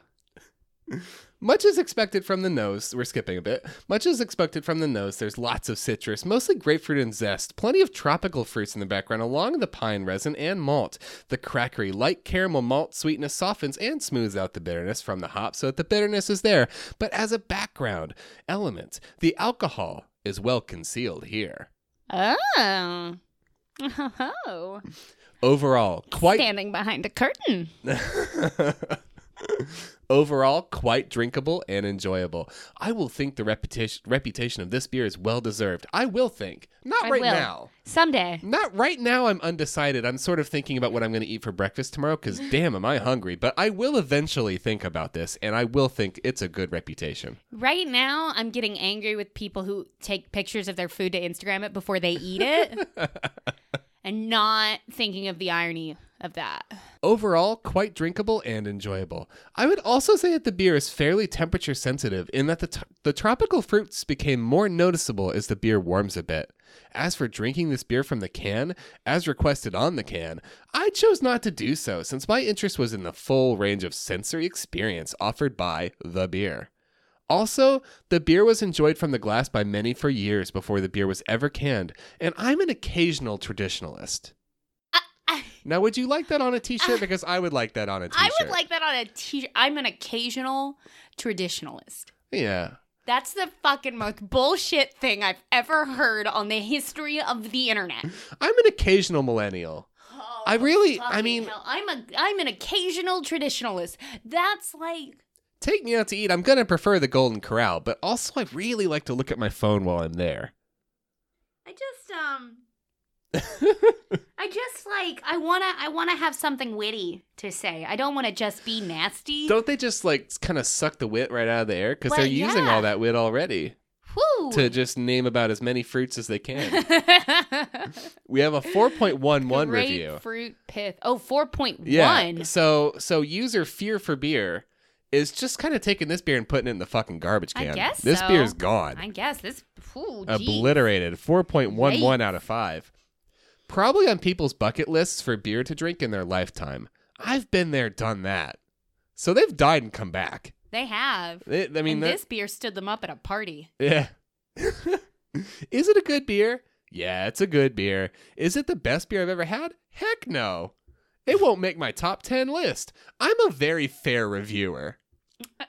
Speaker 1: Much as expected from the nose, we're skipping a bit. Much as expected from the nose, there's lots of citrus, mostly grapefruit and zest, plenty of tropical fruits in the background along the pine resin and malt. The crackery, light caramel malt sweetness softens and smooths out the bitterness from the hop so that the bitterness is there, but as a background element. The alcohol is well concealed here.
Speaker 2: Oh. Oh.
Speaker 1: Overall, quite
Speaker 2: Standing behind a curtain.
Speaker 1: Overall, quite drinkable and enjoyable. I will think the reputation reputation of this beer is well deserved. I will think. Not
Speaker 2: I
Speaker 1: right
Speaker 2: will.
Speaker 1: now.
Speaker 2: Someday.
Speaker 1: Not right now. I'm undecided. I'm sort of thinking about what I'm going to eat for breakfast tomorrow because damn, am I hungry. But I will eventually think about this, and I will think it's a good reputation.
Speaker 2: Right now, I'm getting angry with people who take pictures of their food to Instagram it before they eat it and not thinking of the irony of that.
Speaker 1: Overall, quite drinkable and enjoyable. I would also say that the beer is fairly temperature sensitive in that the, t- the tropical fruits became more noticeable as the beer warms a bit. As for drinking this beer from the can, as requested on the can, I chose not to do so since my interest was in the full range of sensory experience offered by the beer. Also, the beer was enjoyed from the glass by many for years before the beer was ever canned, and I'm an occasional traditionalist. Now, would you like that on a T-shirt? Because I would like that on a T-shirt.
Speaker 2: I would like that on a t I'm an occasional traditionalist.
Speaker 1: Yeah.
Speaker 2: That's the fucking most bullshit thing I've ever heard on the history of the internet.
Speaker 1: I'm an occasional millennial.
Speaker 2: Oh,
Speaker 1: I really- I
Speaker 2: fucking
Speaker 1: mean-
Speaker 2: hell. I'm a I'm an occasional traditionalist. That's like
Speaker 1: Take me out to eat. I'm going to prefer the Golden Corral, but also I really like to look at my phone while I'm there.
Speaker 2: I just um I just like I want to I want to have something witty to say. I don't want to just be nasty.
Speaker 1: Don't they just like kind of suck the wit right out of the air? Because
Speaker 2: Well,
Speaker 1: they're using
Speaker 2: yeah.
Speaker 1: all that wit already
Speaker 2: Whew.
Speaker 1: to just name about as many fruits as they can. we have a 4.11 review.
Speaker 2: Grapefruit pith. Oh, 4.1.
Speaker 1: Yeah. So, so user fear for beer is just kind of taking this beer and putting it in the fucking garbage
Speaker 2: I
Speaker 1: can.
Speaker 2: guess
Speaker 1: this
Speaker 2: so.
Speaker 1: beer's gone.
Speaker 2: I guess this whew, gee.
Speaker 1: obliterated 4.11 out of 5 probably on people's bucket lists for beer to drink in their lifetime i've been there done that so they've died and come back
Speaker 2: They have.
Speaker 1: They- i mean
Speaker 2: and
Speaker 1: that-
Speaker 2: this beer stood them up at a party.
Speaker 1: yeah is it a good beer yeah it's a good beer is it the best beer i've ever had heck no it won't make my top 10 list i'm a very fair reviewer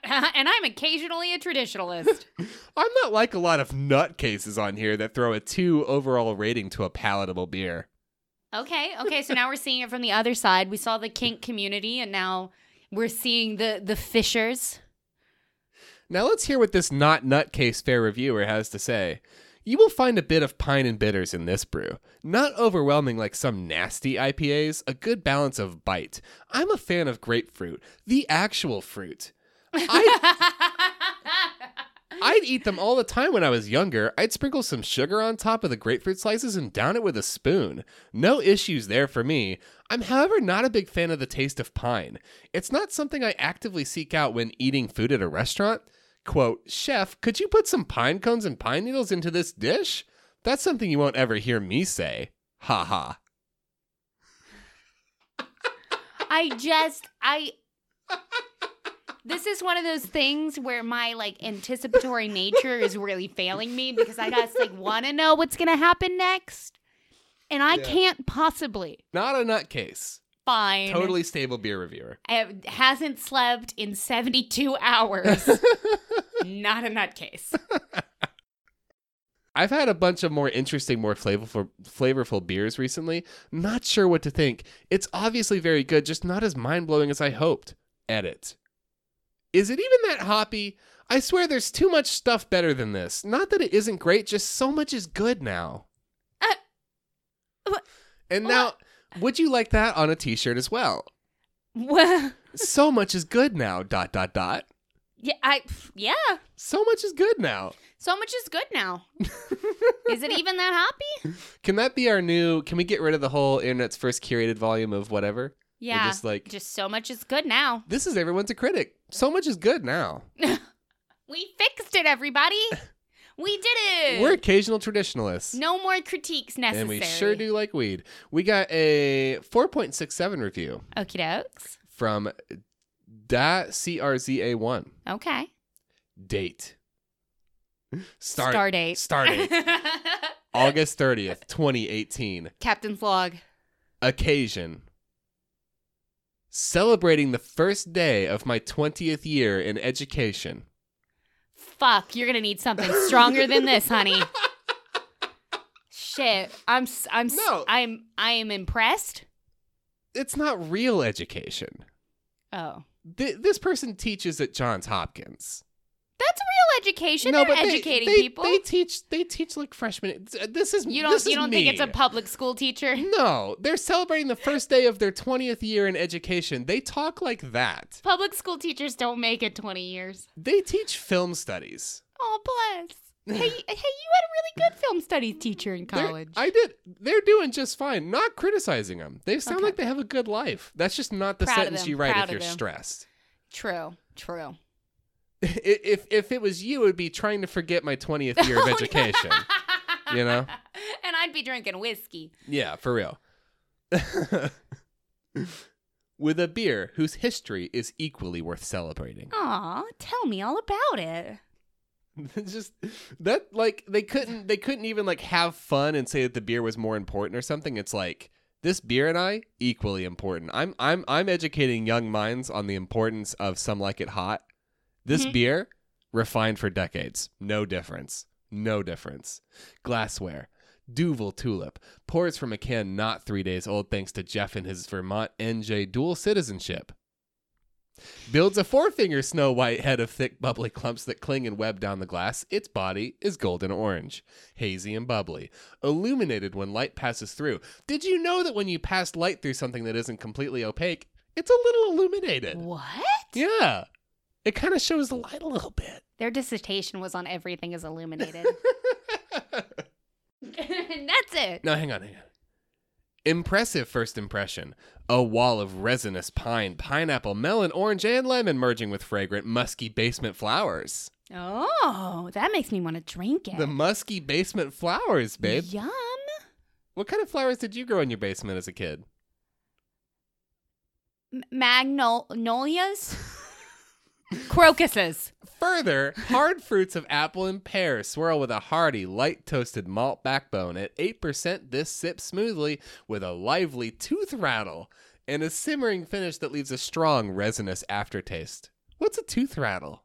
Speaker 2: and I'm occasionally a traditionalist.
Speaker 1: i'm not like a lot of nutcases on here that throw a 2 overall rating to a palatable beer
Speaker 2: Okay, okay. So now we're seeing it from the other side. We saw the kink community, and now we're seeing the the fishers.
Speaker 1: Now let's hear what this not nutcase fair reviewer has to say. You will find a bit of pine and bitters in this brew. Not overwhelming like some nasty IPAs, a good balance of bite. I'm a fan of grapefruit, the actual fruit. I, I'd eat them all the time when I was younger. I'd sprinkle some sugar on top of the grapefruit slices and down it with a spoon. No issues there for me. I'm, however, not a big fan of the taste of pine. It's not something I actively seek out when eating food at a restaurant. Quote, Chef, could you put some pine cones and pine needles into this dish? That's something you won't ever hear me say. Ha ha.
Speaker 2: I just I This is one of those things where my like anticipatory nature is really failing me because I just like want to know what's going to happen next. And I
Speaker 1: Yeah.
Speaker 2: can't possibly.
Speaker 1: Not a nutcase.
Speaker 2: Fine.
Speaker 1: Totally stable beer reviewer.
Speaker 2: I hasn't slept in 72 hours. Not a nutcase.
Speaker 1: I've had a bunch of more interesting, more flavorful, flavorful beers recently. Not sure what to think. It's obviously very good, just not as mind blowing as I hoped. Edit. Is it even that hoppy? I swear there's too much stuff better than this. Not that it isn't great, just so much is good now.
Speaker 2: Uh, wha-
Speaker 1: and now, would you like that on a t shirt as well?
Speaker 2: Well,
Speaker 1: so much is good now, dot, dot, dot.
Speaker 2: yeah, I yeah.
Speaker 1: So much is good now.
Speaker 2: So much is good now. is it even that happy?
Speaker 1: Can that be our new? Can we get rid of the whole internet's first curated volume of whatever? We're
Speaker 2: Yeah.
Speaker 1: just like
Speaker 2: just so much is good now.
Speaker 1: this is everyone's a critic. So much is good now.
Speaker 2: We fixed it, everybody. We did it.
Speaker 1: We're occasional traditionalists.
Speaker 2: no more critiques necessary.
Speaker 1: and we sure do like weed. We got a 4.67 review
Speaker 2: Okie dokes.
Speaker 1: from da crza1
Speaker 2: Okay.
Speaker 1: date.
Speaker 2: Star,
Speaker 1: Start,
Speaker 2: date.
Speaker 1: Start date August 30th, 2018.
Speaker 2: Captain's log.
Speaker 1: occasion celebrating the first day of my 20th year in education.
Speaker 2: Fuck, you're gonna need something stronger than this, honey. Shit, I'm s- I'm s-
Speaker 1: No.
Speaker 2: I'm I am impressed.
Speaker 1: It's not real education.
Speaker 2: Oh,
Speaker 1: Th- this person teaches at Johns Hopkins.
Speaker 2: that's real education. They're
Speaker 1: they-
Speaker 2: educating
Speaker 1: they,
Speaker 2: people.
Speaker 1: They teach they teach like freshmen. uh, This is
Speaker 2: you don't
Speaker 1: this is
Speaker 2: you don't
Speaker 1: me.
Speaker 2: think it's a public school teacher?
Speaker 1: No, they're celebrating the first day of their 20th year in education. They talk like that.
Speaker 2: Public school teachers don't make it 20 years.
Speaker 1: They teach film studies.
Speaker 2: Oh, bless. Hey, hey, you had a really good film studies teacher in
Speaker 1: They're-
Speaker 2: college.
Speaker 1: I did. They're doing just fine. Not criticizing them. They sound
Speaker 2: Okay.
Speaker 1: like they have a good life. That's just not the
Speaker 2: Proud of
Speaker 1: sentence
Speaker 2: them.
Speaker 1: you write
Speaker 2: Proud
Speaker 1: if
Speaker 2: of
Speaker 1: you're
Speaker 2: them.
Speaker 1: stressed.
Speaker 2: true, true.
Speaker 1: I- if if it was you, it would be trying to forget my twentieth
Speaker 2: Oh,
Speaker 1: year of education. you know?
Speaker 2: And I'd be drinking whiskey.
Speaker 1: yeah, for real. With a beer whose history is equally worth celebrating.
Speaker 2: Aw, tell me all about it.
Speaker 1: just that like they couldn't they couldn't even like have fun and say that the beer was more important or something. It's like this beer and I equally important. I'm I'm I'm educating young minds on the importance of some like it hot. This
Speaker 2: Mhm.
Speaker 1: beer refined for decades. No difference. No difference. Glassware. Duval Tulip pours from a can not three days old thanks to Jeff and his Vermont NJ dual citizenship. Builds a four finger snow white head of thick, bubbly clumps that cling and web down the glass. Its body is golden orange, hazy and bubbly, illuminated when light passes through. Did you know that when you pass light through something that isn't completely opaque, it's a little illuminated?
Speaker 2: What?
Speaker 1: Yeah. It kind of shows the light a little bit.
Speaker 2: Their dissertation was on everything is illuminated. and that's it.
Speaker 1: No, hang on, hang on. Impressive first impression. A wall of resinous pine, pineapple, melon, orange, and lemon merging with fragrant, musky basement flowers.
Speaker 2: Oh, that makes me want to drink it.
Speaker 1: The musky basement flowers, babe.
Speaker 2: Yum.
Speaker 1: What kind of flowers did you grow in your basement as a kid?
Speaker 2: M- magnolias? Crocuses.
Speaker 1: Further, hard fruits of apple and pear swirl with a hearty, light toasted malt backbone. At 8%, this sips smoothly with a lively tooth rattle and a simmering finish that leaves a strong, resinous aftertaste. What's a tooth rattle?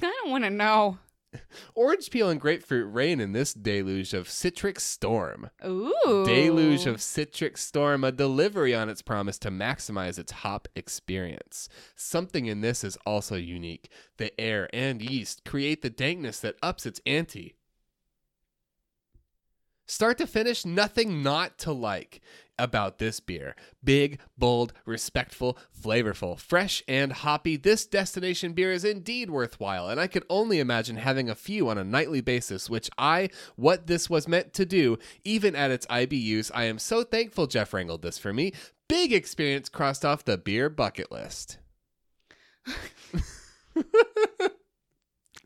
Speaker 2: I don't want to know.
Speaker 1: Orange peel and grapefruit reign in this deluge of citric storm.
Speaker 2: Ooh.
Speaker 1: Deluge of citric storm, a delivery on its promise to maximize its hop experience. Something in this is also unique. The air and yeast create the dankness that ups its ante. Start to finish, nothing not to like about this beer. Big, bold, respectful, flavorful, fresh, and hoppy, this destination beer is indeed worthwhile, and I could only imagine having a few on a nightly basis, which I, what this was meant to do, even at its IBUs, I am so thankful Jeff wrangled this for me. Big experience crossed off the beer bucket list.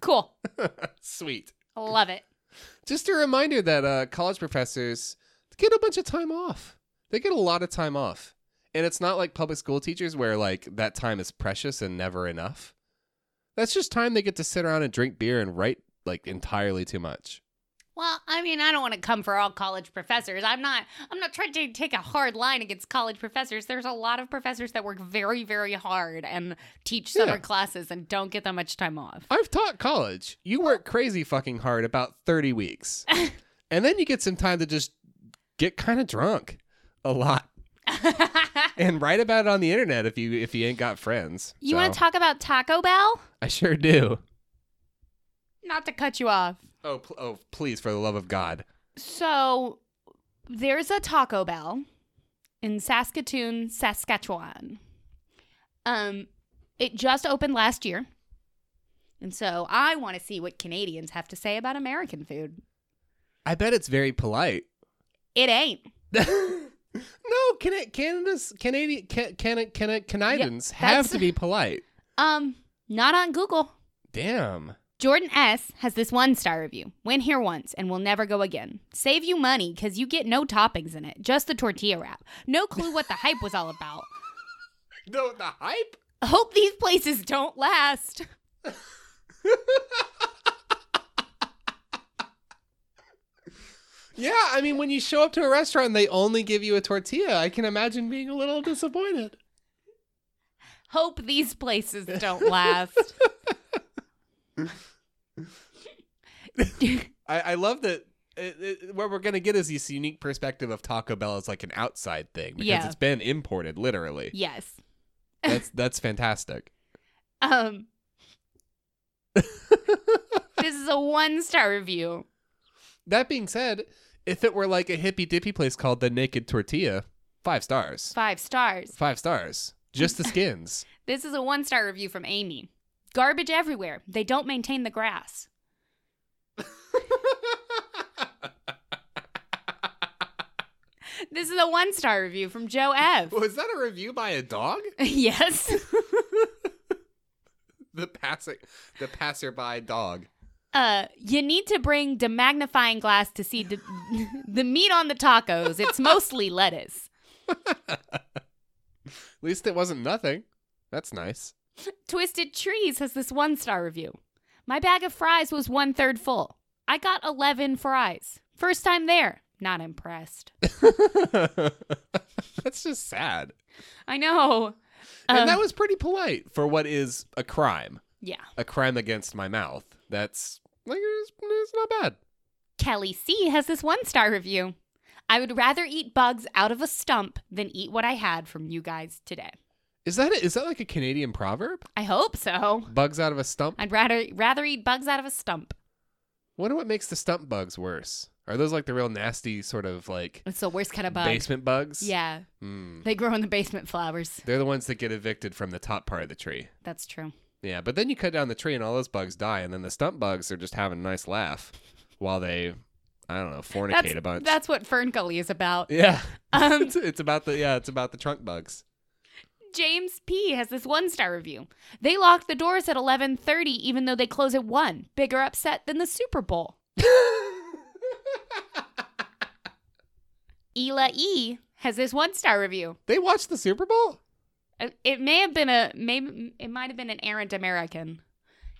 Speaker 2: Cool.
Speaker 1: Sweet.
Speaker 2: Love it.
Speaker 1: Just a reminder that uh, college professors get a bunch of time off. They get a lot of time off. And it's not like public school teachers where like that time is precious and never enough. That's just time they get to sit around and drink beer and write like entirely too much.
Speaker 2: Well, I mean, I don't want to come for all college professors. I'm not I'm not trying to take a hard line against college professors. There's a lot of professors that work very, very hard and teach summer
Speaker 1: Yeah.
Speaker 2: classes and don't get that much time off.
Speaker 1: I've taught college. You work crazy fucking hard about 30 weeks. and then you get some time to just get kind of drunk a lot and write about it on the internet if you if you ain't got friends.
Speaker 2: you want
Speaker 1: So,
Speaker 2: to talk about Taco Bell?
Speaker 1: I sure do.
Speaker 2: Not to cut you off.
Speaker 1: Oh, pl- oh, please for the love of God.
Speaker 2: So there's a Taco Bell in Saskatoon, Saskatchewan. Um, it just opened last year. And so I want to see what Canadians have to say about American food.
Speaker 1: I bet it's very polite.
Speaker 2: It ain't.
Speaker 1: no, can Canada's Canadian can can can Canadians have
Speaker 2: that's-
Speaker 1: to be polite.
Speaker 2: Um, not on Google.
Speaker 1: Damn.
Speaker 2: Jordan S has this one star review. Went here once and will never go again. Save you money because you get no toppings in it, just the tortilla wrap. No clue what the hype was all about.
Speaker 1: No, the hype.
Speaker 2: Hope these places don't last.
Speaker 1: Yeah, I mean, when you show up to a restaurant, and they only give you a tortilla. I can imagine being a little disappointed.
Speaker 2: Hope these places don't last.
Speaker 1: I, I love that. It, it, what we're gonna get is this unique perspective of Taco Bell as like an outside thing because
Speaker 2: Yeah.
Speaker 1: it's been imported literally.
Speaker 2: yes.
Speaker 1: That's that's fantastic.
Speaker 2: Um This is a one star review.
Speaker 1: That being said, if it were like a hippy dippy place called the Naked Tortilla, five stars.
Speaker 2: Five stars.
Speaker 1: Five stars. Just the skins.
Speaker 2: This is a one star review from Amy. Garbage everywhere. They don't maintain the grass. This is a one star review from Joe F.
Speaker 1: Was that a review by a dog?
Speaker 2: yes.
Speaker 1: The passing, the passerby dog.
Speaker 2: Uh, you need to bring the magnifying glass to see the, the meat on the tacos. It's mostly lettuce.
Speaker 1: At least it wasn't nothing. That's nice.
Speaker 2: Twisted Trees has this one star review. My bag of fries was one third full. I got 11 fries. First time there. Not impressed.
Speaker 1: That's just sad.
Speaker 2: I know. Um,
Speaker 1: and that was pretty polite for what is a crime,
Speaker 2: yeah.
Speaker 1: a crime against my mouth. That's like it's, it's not bad.
Speaker 2: Kelly C has this one star review. I would rather eat bugs out of a stump than eat what I had from you guys today.
Speaker 1: Is that is that like a Canadian proverb?
Speaker 2: I hope so.
Speaker 1: Bugs out of a stump.
Speaker 2: I'd rather rather eat bugs out of a stump.
Speaker 1: Wonder what makes the stump bugs worse. Are those like the real nasty sort of like
Speaker 2: It's the worst kind of bug.
Speaker 1: basement bugs?
Speaker 2: Yeah.
Speaker 1: Hmm.
Speaker 2: They grow in the basement flowers.
Speaker 1: They're the ones that get evicted from the top part of the tree.
Speaker 2: That's true.
Speaker 1: Yeah, but then you cut down the tree and all those bugs die, and then the stump bugs are just having a nice laugh while they, I don't know, fornicate
Speaker 2: That's,
Speaker 1: a bunch.
Speaker 2: that's what Fern Gully is about.
Speaker 1: yeah,
Speaker 2: Um,
Speaker 1: it's, it's about the yeah, it's about the trunk bugs.
Speaker 2: James P has this one star review. They lock the doors at 11:30 even though they close at 1. Bigger upset than the Super Bowl. Ela E has this one star review.
Speaker 1: they watch the Super Bowl.
Speaker 2: Uh, It may have been a maybe it might have been an errant American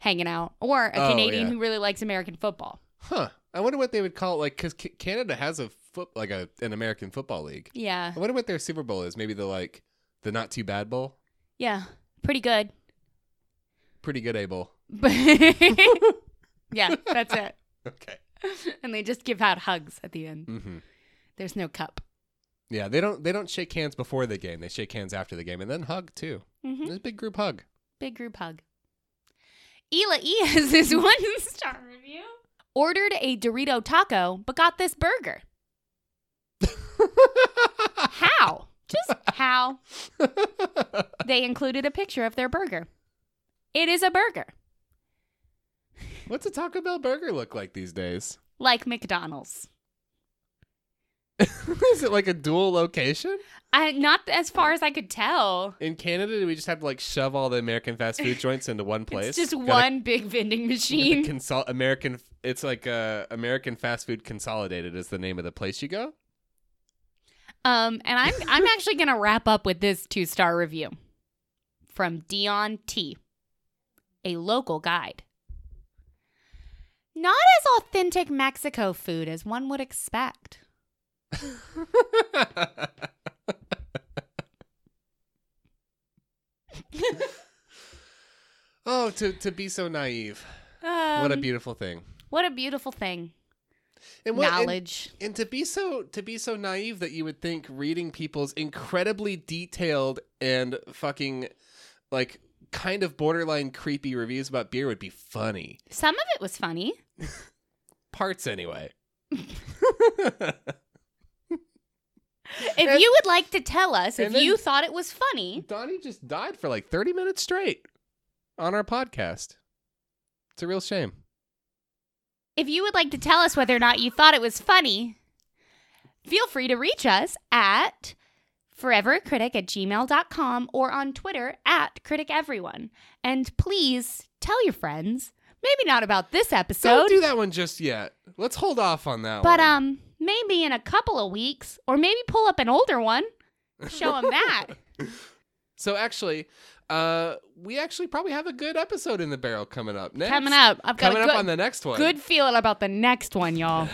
Speaker 2: hanging out or a
Speaker 1: Oh,
Speaker 2: Canadian
Speaker 1: yeah.
Speaker 2: who really likes American football.
Speaker 1: Huh. I wonder what they would call it, like because C- Canada has a foot like a an American football league.
Speaker 2: Yeah.
Speaker 1: I wonder what their Super Bowl is. Maybe the like the not too bad bowl.
Speaker 2: Yeah. Pretty good.
Speaker 1: Pretty good, A bowl.
Speaker 2: But Yeah, that's it.
Speaker 1: Okay.
Speaker 2: And they just give out hugs at the end.
Speaker 1: Mm-hmm.
Speaker 2: There's no cup.
Speaker 1: Yeah, they don't they don't shake hands before the game. They shake hands after the game and then hug too.
Speaker 2: Mhm.
Speaker 1: There's a big group hug.
Speaker 2: Big group hug. Ela E has this one star review. Ordered a Dorito taco, but got this burger. How? Just how they included a picture of their burger. It is a burger,
Speaker 1: What's a Taco Bell burger look like these days?
Speaker 2: like McDonald's.
Speaker 1: Is it like a dual location?
Speaker 2: I, not as far as I could tell.
Speaker 1: In Canada, do we just have to like shove all the American fast food joints into one place?
Speaker 2: It's just
Speaker 1: Gotta-
Speaker 2: one big vending
Speaker 1: gotta
Speaker 2: machine.
Speaker 1: consol- American. It's like uh, American fast food consolidated is the name of the place you go.
Speaker 2: Um, and I'm I'm actually gonna wrap up with this two star review from Dion T, a local guide. Not as authentic Mexico food as one would expect.
Speaker 1: oh, to to be so naive.
Speaker 2: Um,
Speaker 1: what a beautiful thing.
Speaker 2: what a beautiful thing!
Speaker 1: And what, and-
Speaker 2: Knowledge.
Speaker 1: and to be so to be so naive that you would think reading people's incredibly detailed and fucking like kind of borderline creepy reviews about beer would be funny
Speaker 2: Some of it was funny.
Speaker 1: parts anyway
Speaker 2: If
Speaker 1: And-
Speaker 2: you would like to tell us if
Speaker 1: and then-
Speaker 2: you thought it was funny,
Speaker 1: donnie just died for like 30 minutes straight on our podcast it's a real shame
Speaker 2: if you would like to tell us whether or not you thought it was funny, feel free to reach us at forevercritic at gmail.com or on Twitter at critic everyone. And please tell your friends, maybe not about this
Speaker 1: don't
Speaker 2: episode,
Speaker 1: do that one just yet let's hold off on that
Speaker 2: but
Speaker 1: one
Speaker 2: um maybe in a couple of weeks or maybe pull up an older one, show them that.
Speaker 1: so actually uh we actually probably have a good episode in the barrel coming up next
Speaker 2: Coming up, I've got
Speaker 1: coming
Speaker 2: a
Speaker 1: up
Speaker 2: good,
Speaker 1: on the next one
Speaker 2: good feeling about the next one, y'all.